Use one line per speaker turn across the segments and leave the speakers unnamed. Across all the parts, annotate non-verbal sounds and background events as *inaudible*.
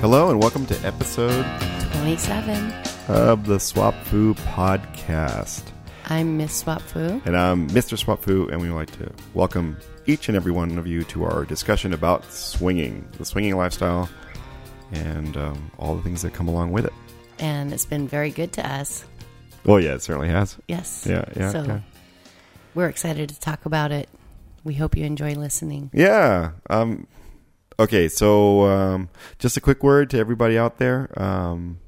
Hello and welcome to episode
27.
of the Swap Foo podcast.
I'm Miss Swap Foo.
And I'm Mr. Swap Foo, and we would like to welcome each and every one of you to our discussion about swinging, the swinging lifestyle, and um, all the things that come along with it.
And it's been very good to us.
Oh, yeah, it certainly has.
Yes.
Yeah, yeah,
So
yeah.
we're excited to talk about it. We hope you enjoy listening.
Yeah. Um, okay, so um, just a quick word to everybody out there. Um,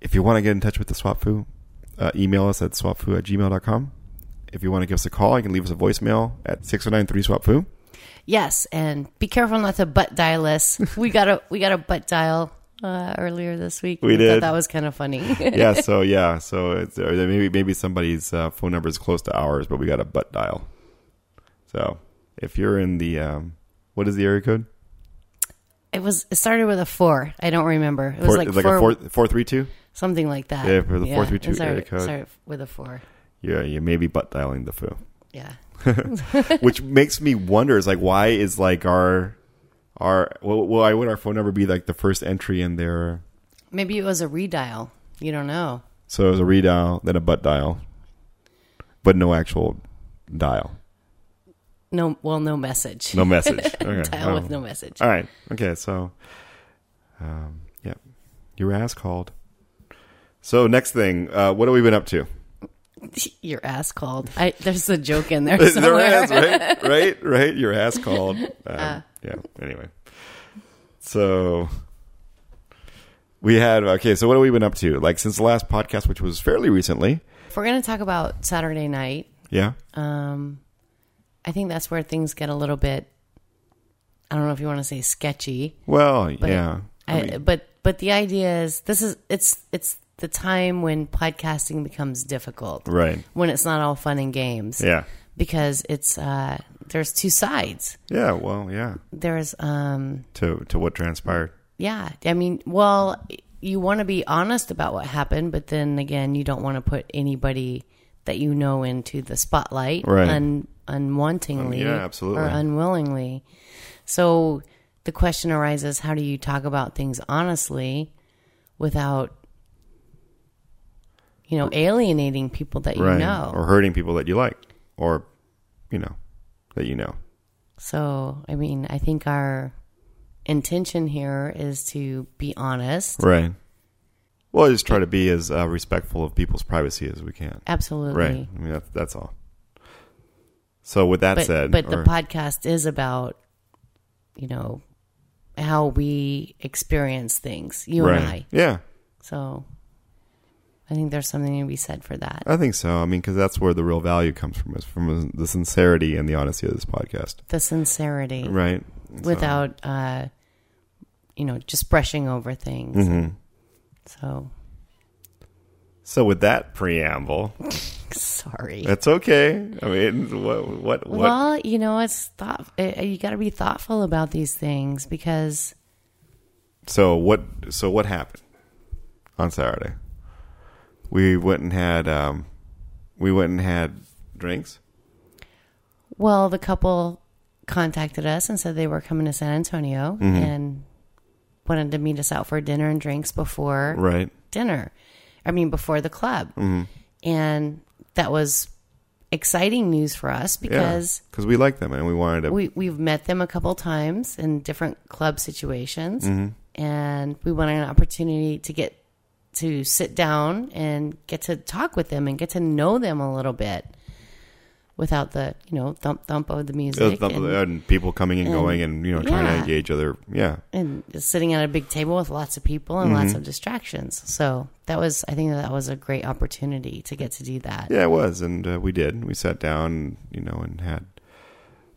if you want to get in touch with the Swap Foo, uh, email us at swapfoo at gmail.com. If you want to give us a call, you can leave us a voicemail at 6093 Swap
*laughs*
Foo.
Yes. And be careful not to butt dial
*laughs*
us. we got a we got a butt dial uh, earlier this week.
We
thought
did.
that was kind of funny. *laughs*
yeah, so yeah, so it's, or maybe maybe somebody's uh, phone number is close to ours, but we got a butt dial. So if you're in the um, what is the area code?
it was it started with a four. I don't remember. It was
Four-
like,
it's
four,
a four four three two.
something like that.
Yeah, for the
Yeah,
432
it started-
area code.
started with a four.
Yeah, you may be butt dialing the foo,
Yeah.
which makes me wonder. Is like why is like our our well, why would our phone number be like the first entry in there?
Maybe it was a redial. You don't know.
So it was a redial, then a butt dial, but no actual dial,
No, well, no message.
no
*laughs*
message. Okay,
dial
well.
with no message.
All right. Okay. So, um, yeah, your ass called. So next thing, uh, what have we been up to?
*laughs* Your ass called. I, there's a joke in *laughs* there
Your
somewhere.
ass,
*laughs*
right? Right? Right? Your ass called. Um, Yeah. Anyway, so we had okay. So what have we been up to? Like since the last podcast, which was fairly recently.
If we're going to talk about Saturday night,
Yeah.
um, I think that's where things get a little bit. I don't know if you want to say sketchy,
Well, yeah.
I but but the idea is this is it's it's the time when podcasting becomes difficult
Right.
when it's not all fun and games
Yeah.
because it's uh, there's two sides.
Yeah. Well. Yeah.
There's um,
To to what transpired.
Yeah. I mean, well, you want to be honest about what happened, but then again, you don't want to put anybody that you know into the spotlight
Right.
un- unwantingly
Yeah, absolutely.
or unwillingly. So the question arises how do you talk about things honestly without, you know, alienating people that you
Right.
know?
Or hurting people that you like, or you know, that you know.
so, I mean, I think our intention here is to be honest.
Right. Well, I just try to be as uh, respectful of people's privacy as we can.
Absolutely.
Right. I mean, that, that's all. So with that
but,
said,
but the
or-
podcast is about you know how we experience things you
right.
and i
Yeah,
so i think there's something to be said for that
I think so. I mean, because that's where the real value comes from is from the sincerity and the honesty of this podcast,
the sincerity
right? So-
without uh you know just brushing over things
Mm-hmm.
so *laughs*
So with that preamble,
sorry
that's okay. I mean, what what what?
well you know it's thought eh, you got to be thoughtful about these things because
so what so what happened on Saturday? We went and had um, we went and had drinks.
well the couple contacted us and said they were coming to san antonio and wanted to meet us out for dinner and drinks before
Right.
dinner. I mean, before the club. And that was exciting news for us because
because we like them and we wanted to.
we, we've met them a couple times in different club situations. And we wanted an opportunity to get to sit down and get to talk with them and get to know them a little bit without the, you know, thump thump of the
It
music.
was nothing-
and,
and, people coming and, going and you know trying to
yeah.
engage other yeah
and sitting at a big table with lots of people and lots of distractions. So that was, I think that was a great opportunity to get to do that.
yeah it was and uh, we did we sat down you know and had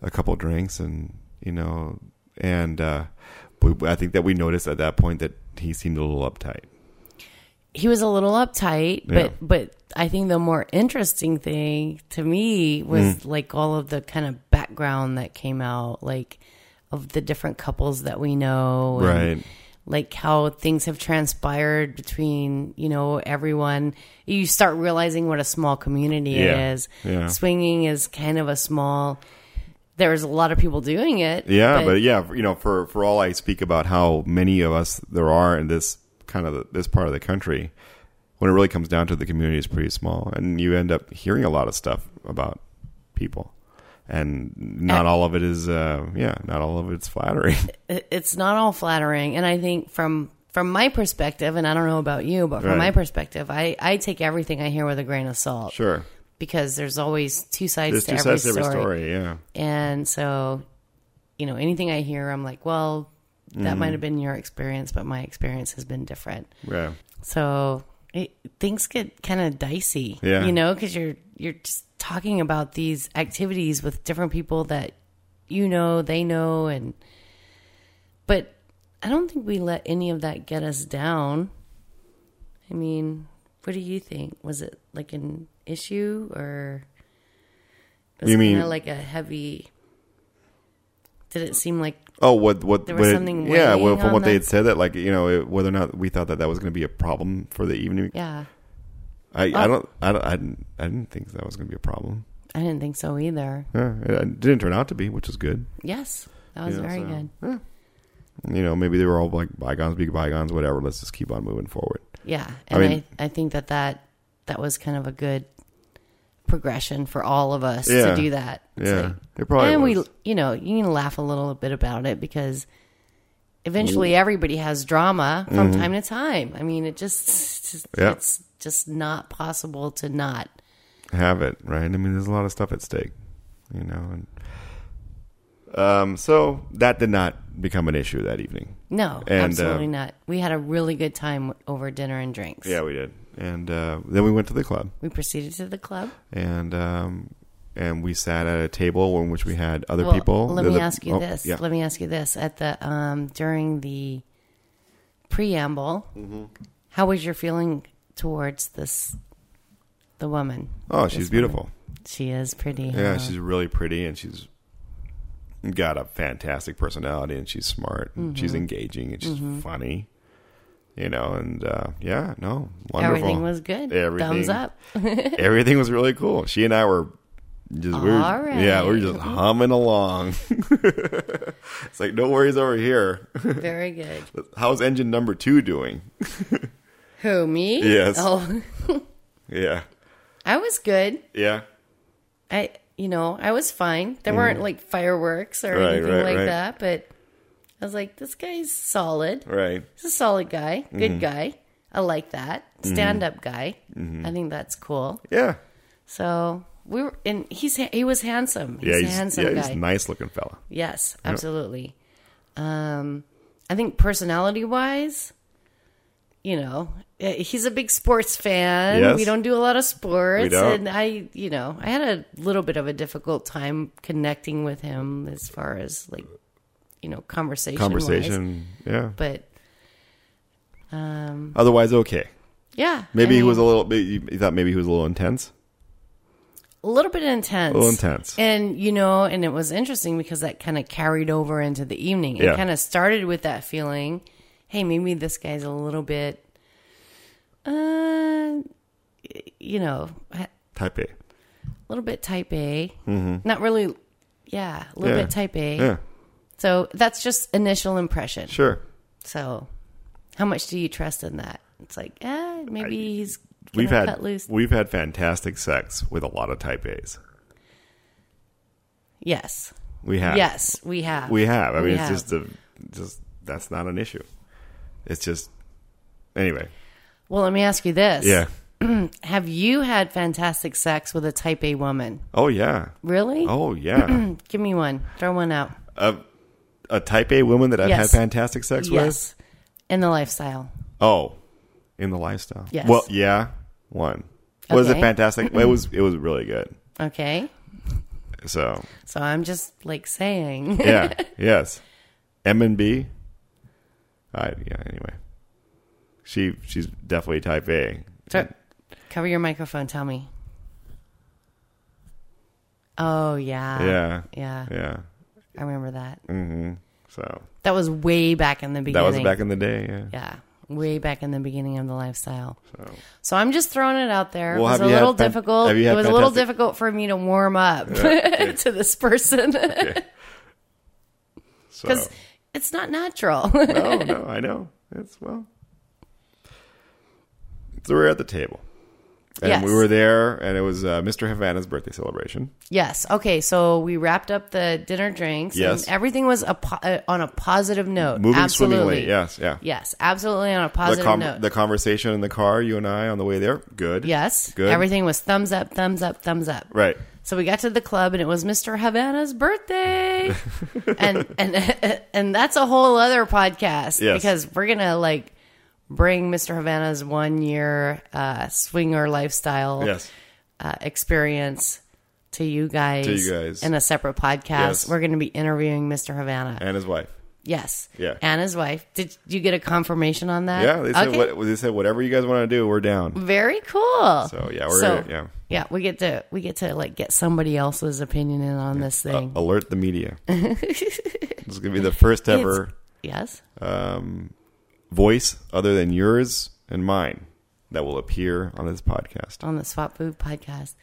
a couple drinks and you know and uh, we, I think that we noticed at that point that he seemed a little uptight
He was a little uptight,
Yeah.
but but I think the more interesting thing to me
Mm.
was like all of the kind of background that came out, like of the different couples that we know, and,
right
like how things have transpired between you know everyone you start realizing what a small community
Yeah.
it is
Yeah.
swinging is kind of a small there's a lot of people doing it.
Yeah, but, yeah, you know, for for all I speak about how many of us there are in this kind of the, this part of the country, when it really comes down to it, the community is pretty small, and you end up hearing a lot of stuff about people, and not all of it is, uh, yeah, not all of it's flattering. *laughs*
it- it's not all flattering and i think from from my perspective and i don't know about you but from
Right.
my perspective i i take everything i hear with a grain of salt
sure,
because there's always two sides
there's
to
two
every,
sides to every
story.
story. Yeah,
and so you know anything i hear i'm like well that
Mm-hmm.
might have been your experience but my experience has been different
yeah,
so it, things get kind of dicey
Yeah.
you know because you're you're just talking about these activities with different people that you know they know and but i don't think we let any of that get us down i mean what do you think was it like an issue or was
You
it
mean-
kinda like a heavy did it seem like
Oh, what what
There was
what-
something
yeah,
weighing
well, from
on
what they had
that?
said that like you know it, whether or not we thought that that was going to be a problem for the evening.
yeah
I, I don't I don't I didn't, I didn't think that was going to be a problem.
i didn't think so either
Yeah, it, it didn't turn out to be, which is good.
yes that was
Yeah,
very
so-
good
You know, maybe they were all like bygones, be bygones, whatever. Let's just keep on moving forward.
Yeah,
I
and I,
mean-
I, think that, that that was kind of a good progression for all of us
Yeah.
to do that. It's
Yeah,
like-
it probably
and
was.
we, you know, you can laugh a little bit about it because eventually everybody has drama from time to time. I mean, it just it's just-
Mm-hmm. Yeah.
it's just not possible to not.
have it right. I mean, there's a lot of stuff at stake, you know. And um, so that did not become an issue that evening.
No,
And,
absolutely
um,
not. We had a really good time over dinner and drinks.
Yeah, we did, and uh, then we went to the club.
We proceeded to the club.
and um, and we sat at a table in which we had other
Well,
people.
Let
The-
me
the-
ask you
oh,
this.
Yeah.
Let me ask you this. At the um, during the preamble,
Mm-hmm.
how was your feeling towards this the woman?
oh,
this
she's beautiful.
woman? She is pretty.
Yeah,
huh?
she's really pretty, and she's got a fantastic personality, and she's smart, and she's
Mm-hmm.
engaging, and she's funny. You know, and uh, yeah, no, wonderful.
everything was good. *laughs*
Everything- *laughs*
Thumbs up.
Everything was really cool. She and I were just we were,
All right.
yeah, we were just humming along. *laughs* it's like no worries over here.
Very good.
How's engine number two doing?
Who me?
Yes.
Oh,
Yeah,
I was good.
yeah.
I you know I was fine. There weren't like fireworks or
Mm-hmm. Right,
anything
right,
like
right.
that, but I was like, this guy's solid.
Right.
He's a solid guy, good
Mm-hmm.
guy. I like that stand up guy.
Mm-hmm.
I think that's cool.
Yeah.
So we were, and he's ha- he was handsome. He's
yeah,
a
he's,
handsome
yeah,
guy.
he's a nice looking fella.
yes, absolutely. Um, I think personality wise, you know, eh, he's a big sports fan.
Yes.
We don't do a lot of sports,
We don't.
and I, you know, I had a little bit of a difficult time connecting with him as far as like, you know, conversation
Conversation, yeah.
but. Um.
Otherwise, okay.
Yeah.
Maybe
I
he
mean-
was a little. Maybe you thought maybe he was a little intense.
a little bit intense.
A little intense.
And you know, and it was interesting because that kind of carried over into the evening. It
Yeah.
kind of started with that feeling, hey, maybe this guy's a little bit uh you know, a
Type A.
little bit type A. Not really yeah, a little
Mm-hmm. Yeah.
bit type A.
Yeah,
So that's just initial impression.
sure.
So how much do you trust in that? It's like, eh, maybe he's gonna
We've had
cut loose.
we've had fantastic sex with a lot of type A's.
Yes.
We have.
Yes, we have.
we have. I mean,
We
it's
have.
just a just that's not an issue. It's just anyway.
Well, let me ask you this.
Yeah.
*clears throat* Have you had fantastic sex with a type A woman?
Oh yeah.
Really?
Oh yeah.
*clears throat* Give me one. Throw one out.
a, a type A woman that I've
Yes.
had fantastic sex with.
Yes. In the lifestyle.
Oh, in the lifestyle.
Yes.
Well, yeah, one was it
Okay.
fantastic?
*clears throat*
it was. It was really good.
Okay.
So
So I'm just like saying.
yeah, yes, M and B. I yeah. Anyway, she she's definitely type A.
*laughs* Throw- cover your microphone. Tell me. Oh, yeah.
Yeah,
Yeah.
yeah.
I remember that.
hmm So
That was way back in the beginning.
that was back in the day. Yeah.
Yeah. way back in the beginning of the lifestyle.
So
So I'm just throwing it out there.
Well,
it was
have
a
you had
little
fan-
difficult.
have you
It
had
was a little
fantastic-
difficult for me to warm up *laughs*
okay.
to this person *laughs*
okay. So
because it's not natural. *laughs*
no, no, I know. It's well. So we were at the table, and
Yes.
we were there, and it was uh, Mr. Havana's birthday celebration.
yes. Okay. So we wrapped up the dinner drinks.
Yes.
And everything was a po- uh, on a positive note.
Moving
absolutely.
swimmingly, yes, yeah.
Yes. Absolutely on a
The,
positive
com-
note.
the conversation in the car, you and I on the way there, good.
yes.
Good.
Everything was thumbs up, thumbs up, thumbs up.
Right.
So we got to the club and it was Mr.
*laughs*
Havana's birthday. and and and that's a whole other podcast
Yes.
because we're going to like bring Mr. Havana's one year uh, swinger lifestyle
Yes.
uh, experience to you, guys
To you guys.
in a separate podcast.
Yes.
We're going to be interviewing Mr. Havana.
And his wife.
yes.
Yeah.
And his wife. Did you get a confirmation on that?
Yeah, they said
Okay.
what they said. Whatever you guys want to do, we're down.
Very cool.
Mm. So yeah, we're
So-
yeah.
Yeah, we get to we get to like get somebody else's opinion in on this thing.
Alert the media. *laughs* this is gonna be the first ever
Yes.
um, voice other than yours and mine that will appear on this podcast.
on the Swap Food podcast.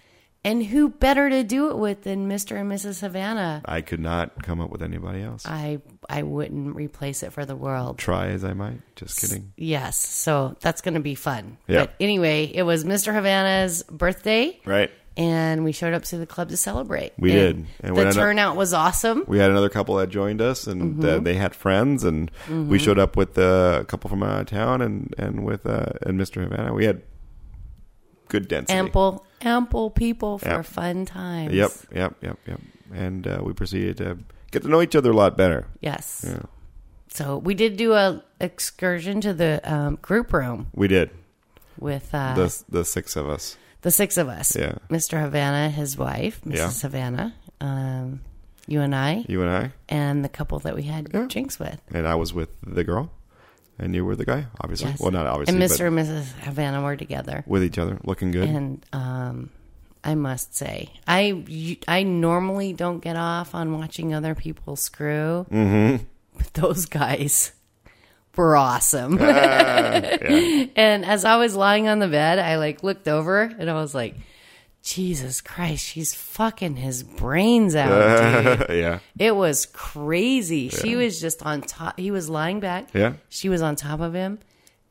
And who better to do it with than Mr. and Mrs. Havana?
I could not come up with anybody else.
I I wouldn't replace it for the world.
Try as I might. Just kidding.
Yes, so that's going to be fun.
Yeah.
But anyway, it was Mr. Havana's birthday,
Right.
and we showed up to the club to celebrate.
We
And
did. And when I-
the turnout was awesome.
We had another couple that joined us, and uh, they had friends, and we showed up with uh, a couple from out of town, and and with uh, and Mr. Havana. We had good density.
Ample, ample people for
Yep.
fun times.
Yep, yep, yep, yep. And uh, we proceeded to get to know each other a lot better.
Yes.
Yeah,
So we did do a excursion to the um, group room
we did.
with uh,
The the six of us.
the six of us.
Yeah,
Mr. Havana, his wife, Mrs.
Yeah.
Havana, um, you and I,
you and I,
and the couple that we had
Yeah.
drinks with.
and I was with the girl, and you were the guy. Obviously,
Yes.
well, not obviously,
and Mr.
but
and Mrs. Havana were together.
with each other, looking good.
And um, I must say, I, I normally don't get off on watching other people screw, mm-hmm. but those guys were awesome.
Ah,
*laughs* And as I was lying on the bed, I like looked over and I was like, Jesus Christ, she's fucking his
*laughs*
brains out, dude. *laughs*
yeah,
It was crazy. She was just on top. He was lying back.
Yeah.
She was on top of him,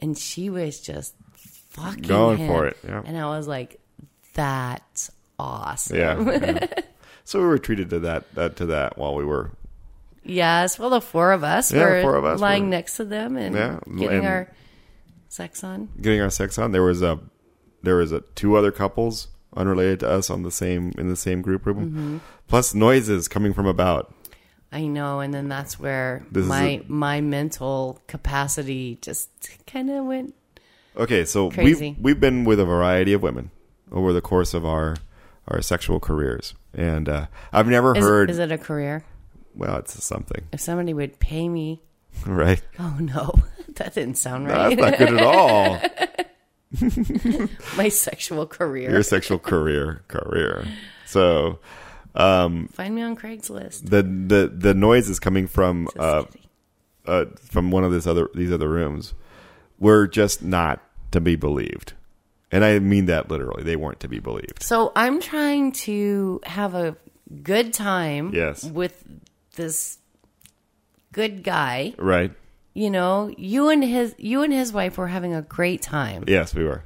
and she was just fucking
Going
him.
for it, yeah.
And I was like, "That's awesome."
yeah.
*laughs*
yeah. so we were treated to that, that to that while we were
Yes. Well, the four of us
Yeah,
were
four of us
lying
were-
next to them and
Yeah,
getting
and-
our sex on.
getting our sex on. There was a there was a two other couples unrelated to us on the same in the same group room,
Mm-hmm.
plus noises coming from about.
I know, and then that's where
This is
my my mental capacity just kind of went.
Okay, so
Crazy.
we've we've been with a variety of women over the course of our our sexual careers, and uh, I've never
Is,
heard.
is it a career?
well, it's something, *laughs*
If somebody would pay me, *laughs*
right?
oh no, *laughs* that didn't sound right.
That's not good at
*laughs*
all.
my *laughs* sexual career.
Your sexual career, career. So um,
Find me on Craigslist.
the the the noise is coming from
Just
uh,
kidding.
uh, from one of these other these other rooms were just not to be believed, and I mean that literally. They weren't to be believed.
So I'm trying to have a good time
Yes.
with this good guy.
Right?
You know, you and his you and his wife were having a great time.
Yes, we were.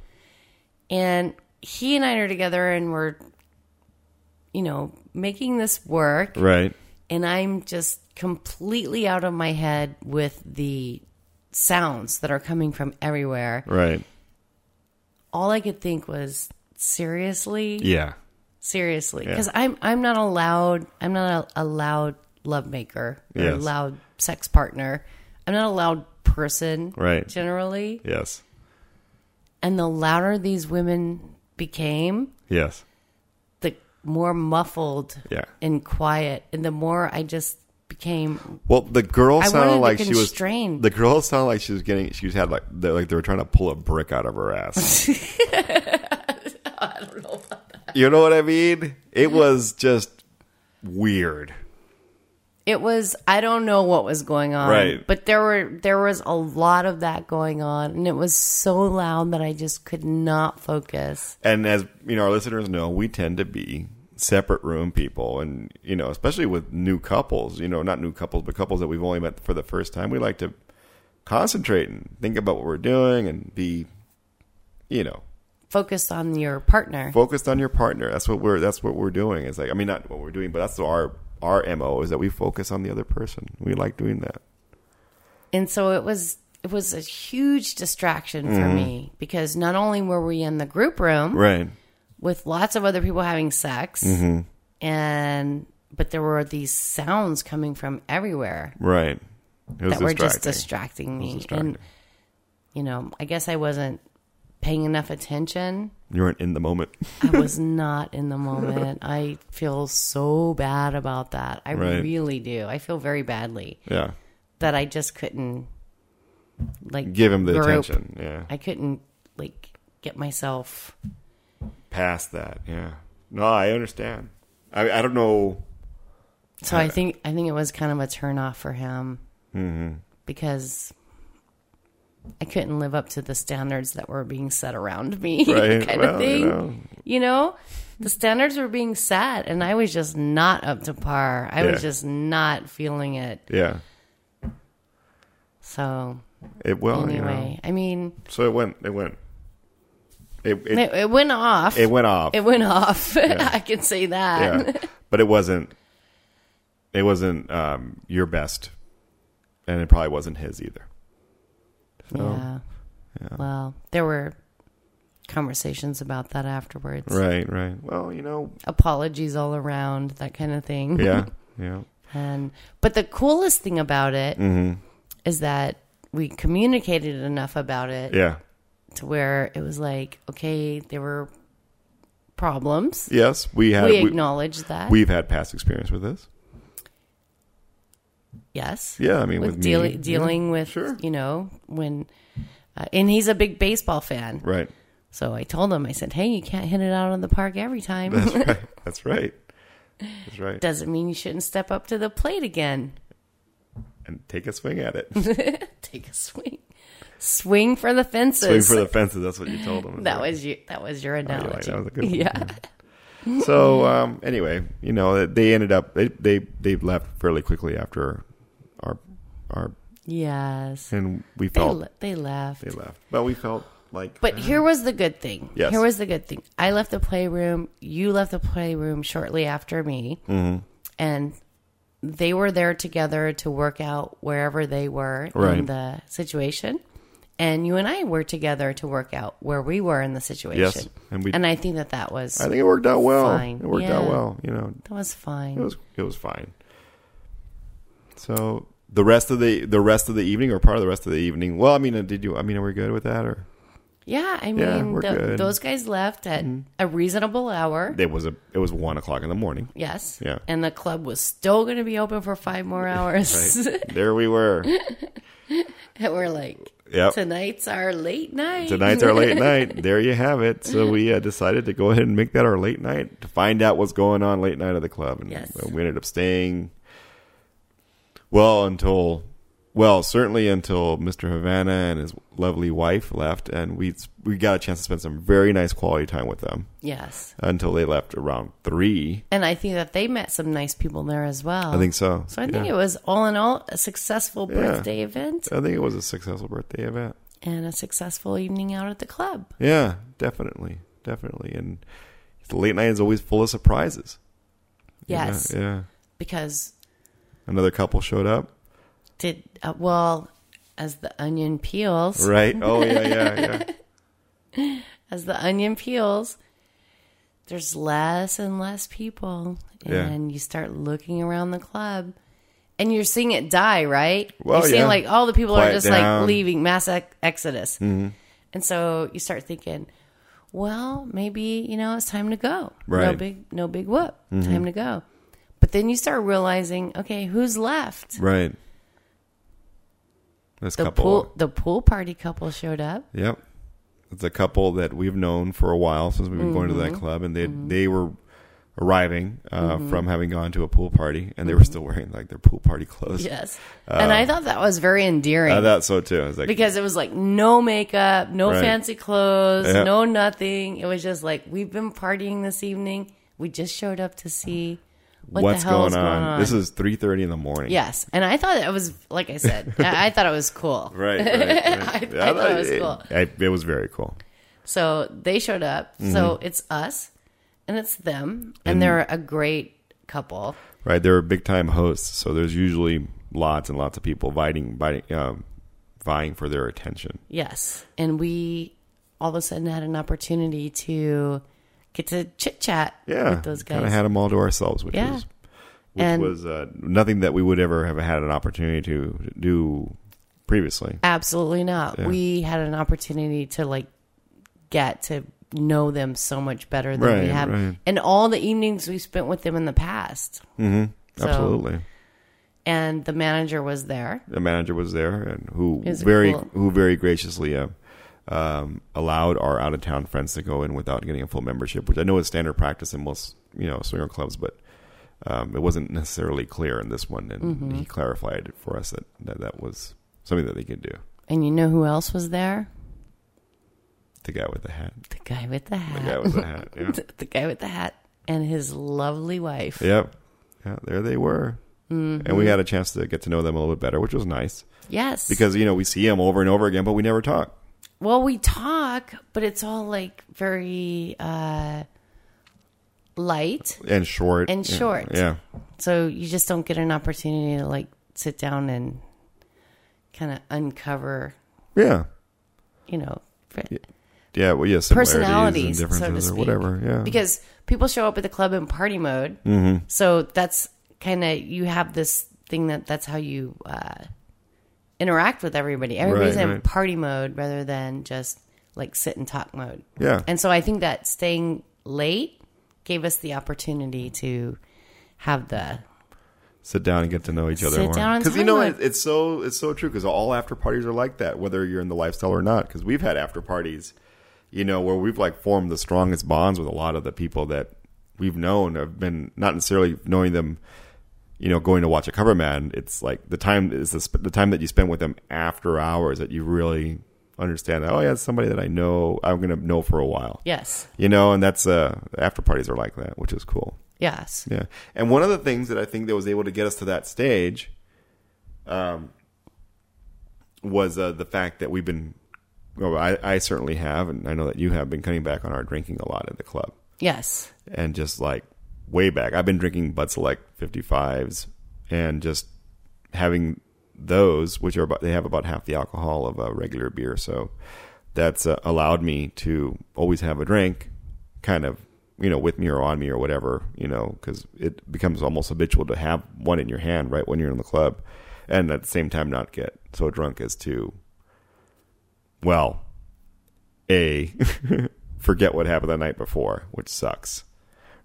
And he and I are together and we're you know, making this work
Right.
and I'm just completely out of my head with the sounds that are coming from everywhere.
Right.
All I could think was seriously?
Yeah.
seriously because i'm i'm not allowed i'm not a, a loud lovemaker or
Yes.
loud sex partner i'm not a loud person
Right.
generally
Yes.
and the louder these women became
Yes.
the more muffled
Yeah.
and quiet and the more i just became
Well, the girl
wanted
sounded
to
like she was
constrain.
The girl sounded like she was getting. She was had like they like they were trying to pull a brick out of her
*laughs*
ass. You know what I mean? It was just weird.
It was I don't know what was going on,
Right.
But there were there was a lot of that going on, and it was so loud that I just could not focus.
and as you know, our listeners know, we tend to be separate room people, and you know, especially with new couples, you know, not new couples, but couples that we've only met for the first time, we like to concentrate and think about what we're doing and be, you know,
Focus on your partner.
focused on your partner. That's what we're that's what we're doing. It's like I mean, not what we're doing, but that's our our mo is that we focus on the other person. We like doing that.
and so it was it was a huge distraction for
Mm-hmm.
me because not only were we in the group room
Right.
with lots of other people having sex
Mm-hmm.
and but there were these sounds coming from everywhere
Right. It was
that were just
distracting.
distracting me
distracting.
and you know i guess i wasn't paying enough attention
you weren't in the
*laughs*
moment.
i
*laughs*
was not in the moment i feel so bad about that i
Right.
really do i feel very badly
yeah.
that i just couldn't like
Give him the
group.
attention. Yeah.
I couldn't like get myself.
past that. Yeah. No, I understand. I I don't know.
So I think I think it was kind of a turnoff for him
Mm-hmm.
because I couldn't live up to the standards that were being set around me, *laughs*
Right.
kind
Well,
of
you
thing. You know?
know.
the standards were being set, and I was just not up to par. I was
Yeah.
just not feeling it.
Yeah.
So
It well. you know.
anyway, I mean,
So it went. It went. It it,
it, it went off.
it
It,
went off.
went off. *laughs* I can say that.
*laughs* yeah. but it wasn't. It wasn't um, your best, and it probably wasn't his either.
Yeah. Well, there were conversations about that afterwards.
Right. Right. Well, you know.
Apologies all around, that kind of thing.
Yeah. yeah.
*laughs* and but the coolest thing about it is
Mm-hmm.
that we communicated enough about it
Yeah.
to where it was like, okay, there were problems.
Yes, we had.
we
We
acknowledged that.
we've had past experience with this.
yes.
Yeah, I mean,
With
with,
deal-
me.
dealing with,
Sure.
you know, when, uh, and he's a big baseball fan. *laughs*
Right. *laughs*
So I told him, I said, hey, you can't hit it out on the park every time.
That's right. That's right. That's right.
doesn't mean you shouldn't step up to the plate again.
And take a swing at
*laughs*
it.
Take a swing. Swing for the
Swing
fences.
for the fences. That's what you told him.
*laughs* that was you that was your
Yeah,
analogy.
that was a good one. Mm-hmm.
yeah.
So um, anyway, you know, they ended up they they they left fairly quickly after our our
Yes.
and we
They,
felt
le- they left.
they, left, but we felt like
But here was the good thing.
Yes.
Here was the good thing. I left the playroom. You left the playroom shortly after me.
Mm-hmm.
And they were there together to work out wherever they were in
Right.
the situation. And you and I were together to work out where we were in the situation.
Yes, and we-
and I think that that was
I think it worked out well.
Fine.
It worked out
Yeah.
well. You know,
that was fine.
it was it was fine. So the rest of the the rest of the evening or part of the rest of the evening. Well, I mean, uh, did you? I mean, are we good with that or?
Yeah, I mean,
Yeah, we're
tho-
good. Mm-hmm.
those guys left at a reasonable hour.
It was a it was one o'clock in the morning.
yes.
Yeah.
And the club was still going to be open for five more
*laughs*
hours.
Right? there we were.
*laughs* and we're like,
Yep.
tonight's our late night.
Tonight's
*laughs*
our late night. There you have it. So we uh, decided to go ahead and make that our late night to find out what's going on late night at the club, and
Yes.
we ended up staying well until well certainly until Mr. Havana and his lovely wife left, and we we got a chance to spend some very nice quality time with them
Yes.
until they left around three.
And I think that they met some nice people there as well.
I think so.
Oh, so I think it was all in all a successful birthday event
I think it was a successful birthday event.
and a successful evening out at the club.
Yeah, definitely, definitely, and the late night is always full of surprises. Yeah,
Yes.
yeah.
Because
Another couple showed
*laughs*
up.
did, uh, well, as the onion peels,
Right. Oh yeah, yeah, yeah.
as the onion peels, there's less and less people.
Yeah.
And you start looking around the club and you're seeing it die, right?
Well,
you're seeing
yeah.
like all the people are
Quiet
just
down. Mm-hmm.
like leaving, mass ex- exodus. And so you start thinking, well, maybe, you know, it's time to go. No
Right. Mm-hmm.
big no big whoop. Time to go. But then you start realizing, okay, who's left?
Right. This
The
couple.
pool the pool party couple showed up.
Yep.
Mm-hmm.
It's a couple that we've known for a while since we've been going to that club, and they they were arriving uh, from having gone to a pool party, and they
Mm-hmm.
were still wearing like their pool party clothes.
Yes.
uh,
and I thought that was very endearing.
I thought so too. I was like,
because it was like no makeup, no
Right.
fancy clothes,
Yeah.
no nothing. It was just like we've been partying this evening. We just showed up to see what
what's
the hell
going,
is going
on?
on.
This is three thirty in the morning.
yes, and I thought it was like
*laughs*
I said, I, I thought it was cool.
Right. right, right.
*laughs* I thought it was cool.
I- it was very cool.
So they showed up.
Mm-hmm.
So it's us and it's them, and, they're a great couple.
Right. They're big time hosts, so there's usually lots and lots of people vying, vying, um, vying for their attention.
Yes, and we all of a sudden had an opportunity to get to chit chat
Yeah.
with those
Kind of
guys.
had them all to ourselves, which
Yeah.
was which
And-
was uh, nothing that we would ever have had an opportunity to do previously.
Absolutely not. We had an opportunity to like get to know them so much better than we
Right,
have,
right.
and all the evenings we spent with them in the past. So-
Mm-hmm. Absolutely.
And the manager was there.
the manager was there and who
It was
very
cool.
who very graciously uh, um, allowed our out of town friends to go in without getting a full membership, which I know is standard practice in most you know swinger clubs, but um, it wasn't necessarily clear in this one, and
Mm-hmm.
he clarified for us that, that that was something that they could do.
And you know who else was there?
The guy with the hat,
The guy with the
the guy
hat.
with the
*laughs*
hat, yeah,
the guy with the hat and his lovely wife.
yep, yeah, there they were.
Mm-hmm.
And we had a chance to get to know them a little bit better, which was nice
Yes.
because you know we see them over and over again, but we never talk.
well, we talk, but it's all like very uh light.
And short,
And
yeah,
short.
yeah.
So you just don't get an opportunity to like sit down and kind of uncover,
yeah.
you know, fr-
Yeah, well, yeah, similarities and
personalities, so to
differences
speak.
or whatever. Yeah,
Because people show up at the club in party mode.
Mm-hmm.
So that's kind of, you have this thing that that's how you uh, interact with everybody. Everybody's
Right,
in
right.
party mode rather than just like sit and talk mode.
yeah,
And so I think that staying late gave us the opportunity to have the
sit down and get to know each other
Sit
more.
down and
you know
time
it, it's so it's so true because all after parties are like that, whether you're in the lifestyle or not. Because we've had after parties, you know, where we've like formed the strongest bonds with a lot of the people that we've known. Have been not necessarily knowing them, you know, going to watch a cover man. It's like the time is the, sp- the time that you spend with them after hours that you really understand that. Oh yeah, it's somebody that I know. I'm gonna know for a while.
yes,
You know, and that's uh after parties are like that, which is cool.
yes.
Yeah. And one of the things that I think that was able to get us to that stage um, was uh, the fact that we've been, well, I, I certainly have, and I know that you have been cutting back on our drinking a lot at the club
Yes.
and just like way back. I've been drinking Bud Select 55s and just having those, which are about, they have about half the alcohol of a regular beer. So that's uh, allowed me to always have a drink kind of, you know, with me or on me or whatever, you know, because it becomes almost habitual to have one in your hand right when you're in the club and at the same time not get so drunk as to, well, a *laughs* forget what happened the night before, which sucks,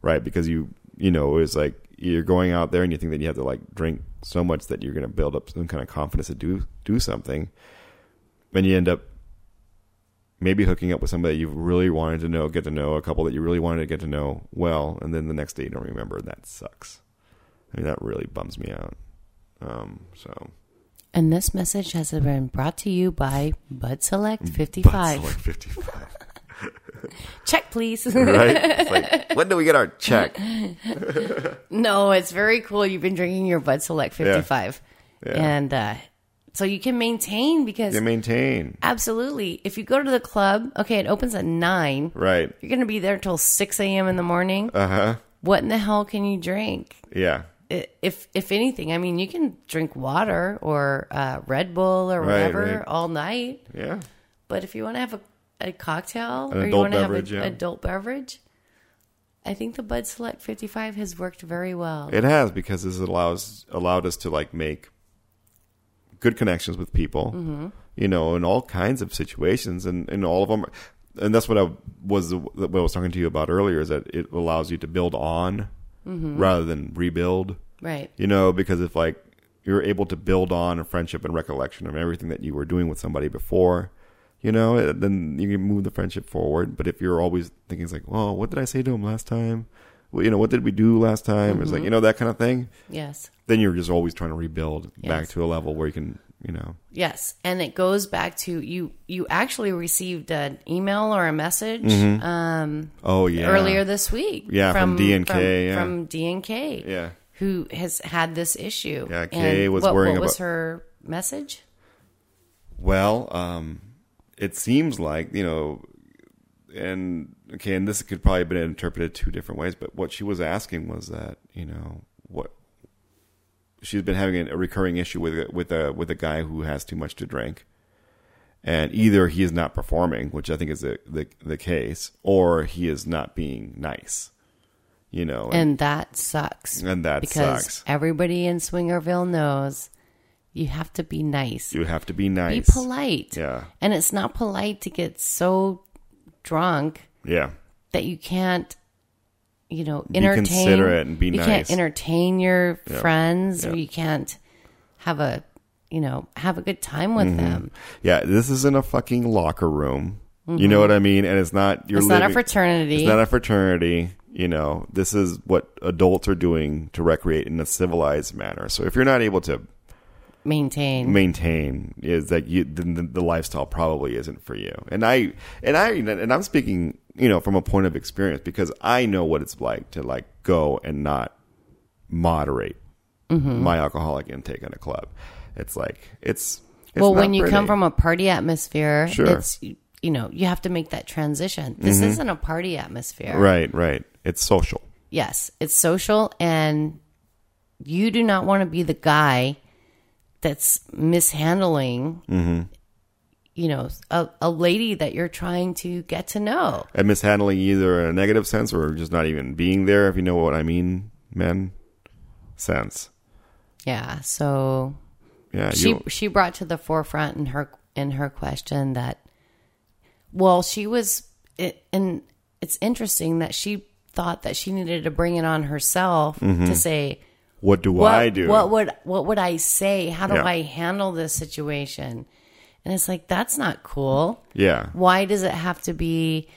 right? Because you you know it's like you're going out there and you think that you have to like drink so much that you're going to build up some kind of confidence to do do something, and you end up maybe hooking up with somebody you really wanted to know, get to know, a couple that you really wanted to get to know well, and then the next day you don't remember. and That sucks. I mean, that really bums me out. Um, so
And this message has been brought to you by Bud Select
but
55.
it's like fifty-five.
Check, please.
right? It's like, when do we get our check?
*laughs* no, it's very cool. You've been drinking your Bud Select 55.
Yeah.
And uh, so you can maintain because
You maintain,
absolutely, if you go to the club, okay, it opens at 9.
right?
You're going to be there till 6 a.m. in the morning. Uh huh.
Uh-huh.
What in the hell can you drink?
Yeah.
I- If if anything, I mean, you can drink water or uh, Red Bull or
Right,
whatever
right.
all night.
Yeah.
But if you want to have a, a cocktail
An
or you
adult
want to have an
beverage, yeah.
adult beverage, I think the Bud Select 55 has worked very well.
It has because this allows allowed us to like make good connections with people, you know, in all kinds of situations, and and all of them. And that's what I was what I was talking to you about earlier is that it allows you to build on rather than rebuild.
right.
you know because if like you're able to build on a friendship and recollection of everything that you were doing with somebody before you know it- then you can move the friendship forward but if you're always thinking it's like well what did i say to him last time well, you know, what did we do last time? It's
Mm-hmm.
like, you know, that kind of thing.
Yes.
Then you're just always trying to rebuild back
Yes.
to a level where you can, you know,
Yes, and it goes back to you. You actually received an email or a message um,
oh Mm-hmm. yeah,
earlier this week.
Yeah, from D&K,
From,
yeah.
from D and K.
yeah,
who has had this issue.
Yeah, Kay
And
was
what,
worrying
What was
about-
her message?
Well, um, it seems like you know, and okay, and this could probably have been interpreted two different ways. But what she was asking was that you know what she's been having a recurring issue with a- with a with a guy who has too much to drink, and either he is not performing, which I think is the the, the case, or he is not being nice. You know,
And that sucks.
And that
because
sucks.
everybody in Swingerville knows you have to be nice,
you have to be nice.
be polite.
Yeah,
And it's not polite to get so drunk
yeah,
that you can't, you know, entertain.
considerate and be
you
nice.
can't entertain your friends.
Yeah.
Or you can't have a, you know, have a good time
Mm-hmm.
with them.
yeah. This isn't a fucking locker room. You know what I mean? And it's not. You're
It's
living,
not a fraternity.
It's not a fraternity. You know, this is what adults are doing to recreate in a civilized manner. So if you're not able to
maintain.
maintain, is that you then the, the lifestyle probably isn't for you. And I and I and I'm speaking, you know, from a point of experience because I know what it's like to like go and not moderate
Mm-hmm.
my alcoholic intake in a club. It's like it's. it's
well
not
when you come
pretty.
from a party atmosphere
Sure. Mm-hmm.
it's you know you have to make that transition this isn't a party atmosphere
Right, right. It's social.
yes it's social and you do not want to be the guy that's mishandling you know a, a lady that you're trying to get to know
And mishandling either in a negative sense or just not even being there, if you know what I mean, men. Sense.
yeah so
Yeah.
she
you,
she brought to the forefront in her in her question that well she was it, and it's interesting that she thought that she needed to bring it on herself to say
what do
what,
I do?
what would what would I say how do
Yeah.
I handle this situation and it's like that's not cool
yeah.
why does it have to be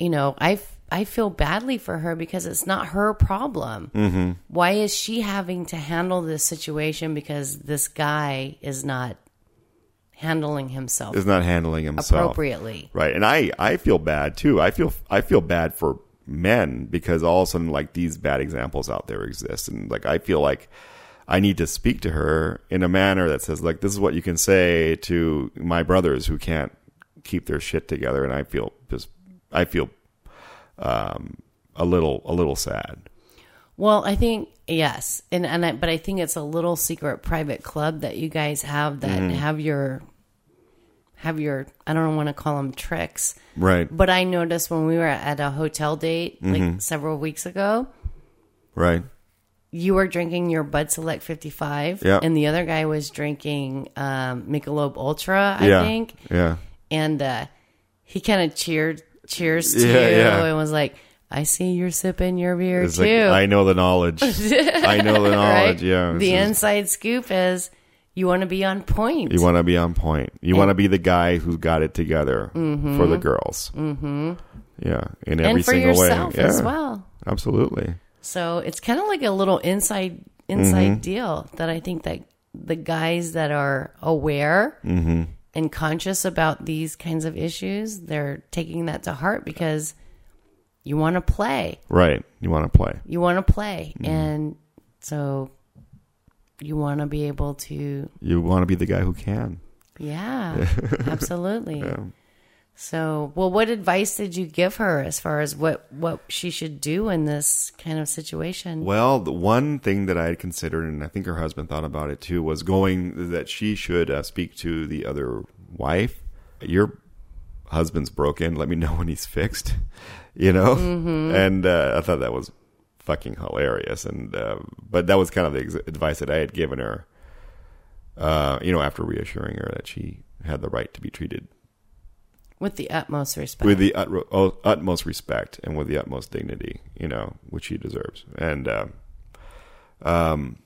you know i f- i feel badly for her because it's not her problem mm-hmm. why is she having to handle this situation because this guy is not handling himself
Is not handling himself.
appropriately
Right. And I, I feel bad too. I feel, I feel bad for men because all of a sudden like these bad examples out there exist. And like, I feel like I need to speak to her in a manner that says like, this is what you can say to my brothers who can't keep their shit together. And I feel just, I feel, um, a little, a little sad.
well i think yes and and I, but i think it's a little secret private club that you guys have that
Mm.
have your have your i don't want to call them tricks
Right.
but i noticed when we were at a hotel date
Mm-hmm.
like several weeks ago
Right.
you were drinking your Bud Select 55,
Yeah.
and the other guy was drinking um, Michelob Ultra, I
yeah.
think,
Yeah.
and uh, he kind of cheered, cheers to
Yeah,
you,
yeah.
and was like, "I see you're sipping your beer
It's
too."
like, I know the
*laughs*
knowledge. I know the knowledge.
right?
Yeah.
The
It's-
inside scoop is you want to be on point.
You want to be on point. You want to be the guy who's got it together for the girls. Mm-hmm. Yeah, in every
and for
single
yourself
way. Yeah,
as well.
Absolutely.
So it's kind of like a little inside inside
Mm-hmm.
deal that I think that the guys that are aware
Mm-hmm.
and conscious about these kinds of issues, they're taking that to heart because you want to play,
Right. You want to play.
you want to play,
Mm-hmm.
and so you want to be able to,
You want to be the guy who can. *laughs*
yeah, absolutely. So, well, what advice did you give her as far as what what she should do in this kind of situation?
Well, the one thing that I had considered, and I think her husband thought about it too, was going that she should uh, speak to the other wife. Your husband's broken. Let me know when he's fixed. *laughs* You know, and uh, I thought that was fucking hilarious. And uh, but that was kind of the ex- advice that I had given her. Uh, you know, after reassuring her that she had the right to be treated
With the utmost respect.
with the ut- o- utmost respect and with the utmost dignity, you know, which he deserves. And um, um,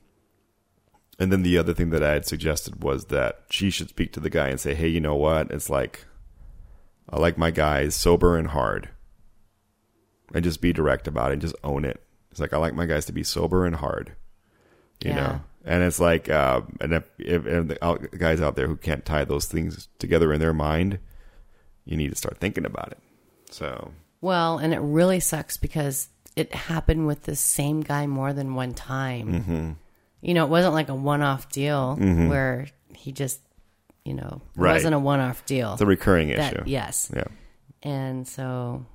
and then the other thing that I had suggested was that she should speak to the guy and say, "Hey, you know what? It's like I like my guys sober and hard, and just be direct about it, and just own it. It's like I like my guys to be sober and hard, you
Yeah.
know. And it's like, uh, and if, if and the out, guys out there who can't tie those things together in their mind, you need to start thinking about it. So
Well, and it really sucks because it happened with the same guy more than one time.
Mm-hmm.
You know, it wasn't like a one off deal where he just, you know, it
Right.
wasn't a one off deal.
it's a recurring
that,
issue.
Yes.
Yeah.
And so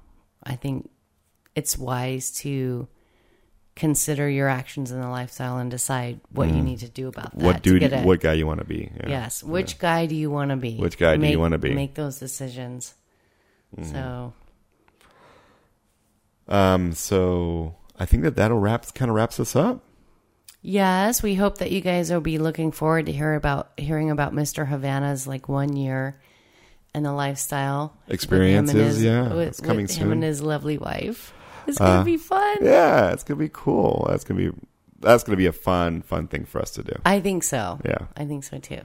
I think it's wise to consider your actions in the lifestyle and decide what you need to do about that.
Mm. What
to
dude?
get a-
What guy you want to be? Yeah.
Yes. Which guy do you want to be?
Which guy do you
Make-
wanna be? Mm-hmm.
Make those decisions. So,
Um. So I think that that'll wraps kind of wraps us up.
yes, we hope that you guys will be looking forward to hear about hearing about Mr. Havana's like one year and the lifestyle with him and
Experiences,
his-
yeah,
with,
it's coming
with him
soon. Uh,
and his lovely wife. It's gonna be fun.
Yeah, it's gonna be cool. That's gonna be that's gonna be a fun fun thing for us to do.
I think so.
Yeah.
I think so too.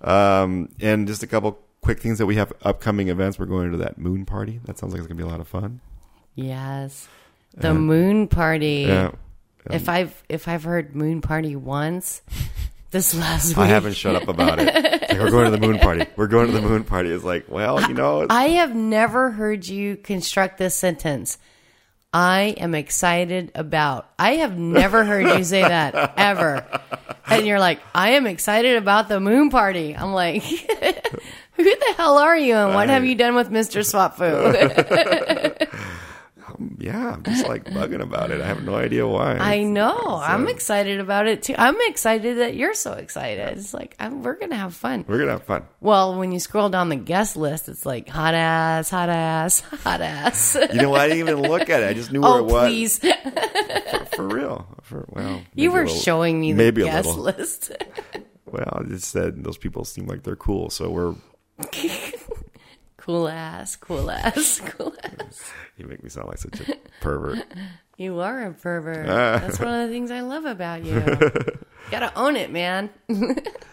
Um, and just a couple quick things that we have upcoming events. We're going to that moon party. That sounds like it's gonna be a lot of fun.
Yes. The moon party.
Yeah,
If I've if I've heard moon party once *laughs* this last week
I haven't shut up about *laughs* it. It's like, we're going to the moon party. We're going to the moon party. It's like, well, you know, it's-
I have never heard you construct this sentence. I am excited about. I have never heard you
*laughs*
say that ever. And you're like, I am excited about the moon party. I'm like, *laughs* who the hell are you and what have you done with Mr.
*laughs*
Swapfu?
yeah, I'm just like bugging about it. I have no idea why.
I know. I'm excited about it too. I'm excited that you're so excited. It's like, I'm, we're going to have fun.
we're gonna have fun.
Well, when you scroll down the guest list, it's like hot ass, hot ass, *laughs* hot ass. *laughs*
You know, I didn't even look at it. I just knew where it
oh,
was.
please.
For real. For well, maybe
You
a
were
little-
showing me the
maybe a
guest
little.
list. *laughs*
Well, I just said those people seem like they're cool, so we're
cool ass, cool ass, *laughs* cool ass.
you make me sound like such *laughs* a pervert.
You are a pervert.
Ah.
That's one of the things I love
*laughs*
about you. Gotta own it, man.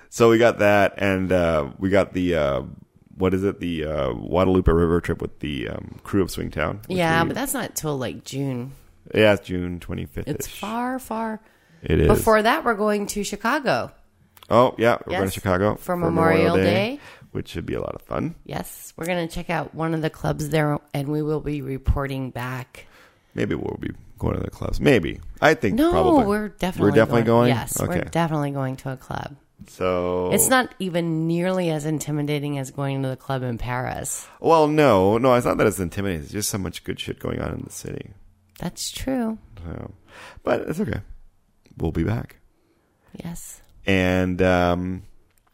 So we got that, and uh, we got the uh, what is it? The uh, Guadalupe River trip with the um, crew of Swingtown. which
yeah,
we-
but that's not till like June.
yeah, it's June twenty fifth.
It's far, far.
It is.
Before that, we're going to Chicago.
oh yeah, we're going to
Yes,
Chicago
for Memorial Day.
which should be a lot of fun.
Yes, we're gonna check out one of the clubs there, and we will be reporting back.
Maybe we'll be going to the clubs. Maybe I think
No,
probably
we're definitely
we're definitely going.
Yes,
okay. Oh.
we're definitely going to a club.
so
It's not even nearly as intimidating as going to the club in Paris.
Well, no, no, it's not that it's intimidating. It's just so much good shit going on in the city.
That's true.
So, but it's okay. We'll be back,
Yes.
and um,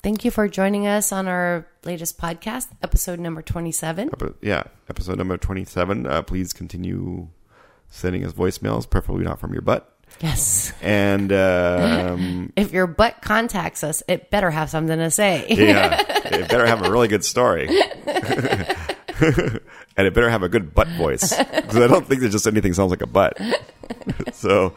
Thank you for joining us on our latest podcast, episode number 27.
Epi- yeah, episode number 27. Uh, please continue sending us voicemails, preferably not from your butt.
Yes.
And
*laughs*
um,
If your butt contacts us, it better have something to say.
yeah, it better have a really good story. *laughs* and it better have a good butt voice. Because I don't think that just anything sounds like a butt. *laughs* so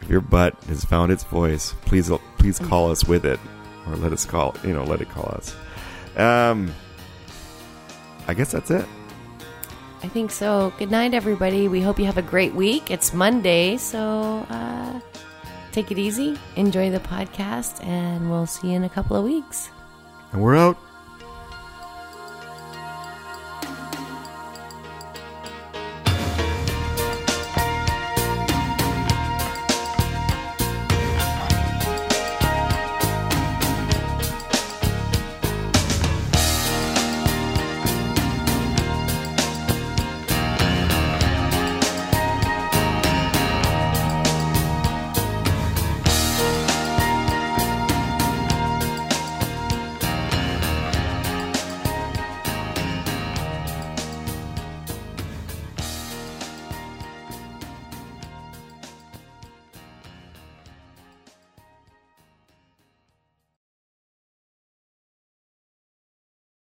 if your butt has found its voice, please please call us with it. Or let us call, you know, let it call us. Um, I guess that's it.
*laughs* I think so. Good night, everybody. We hope you have a great week. It's Monday, so uh, take it easy, enjoy the podcast, and we'll see you in a couple of weeks.
And we're out.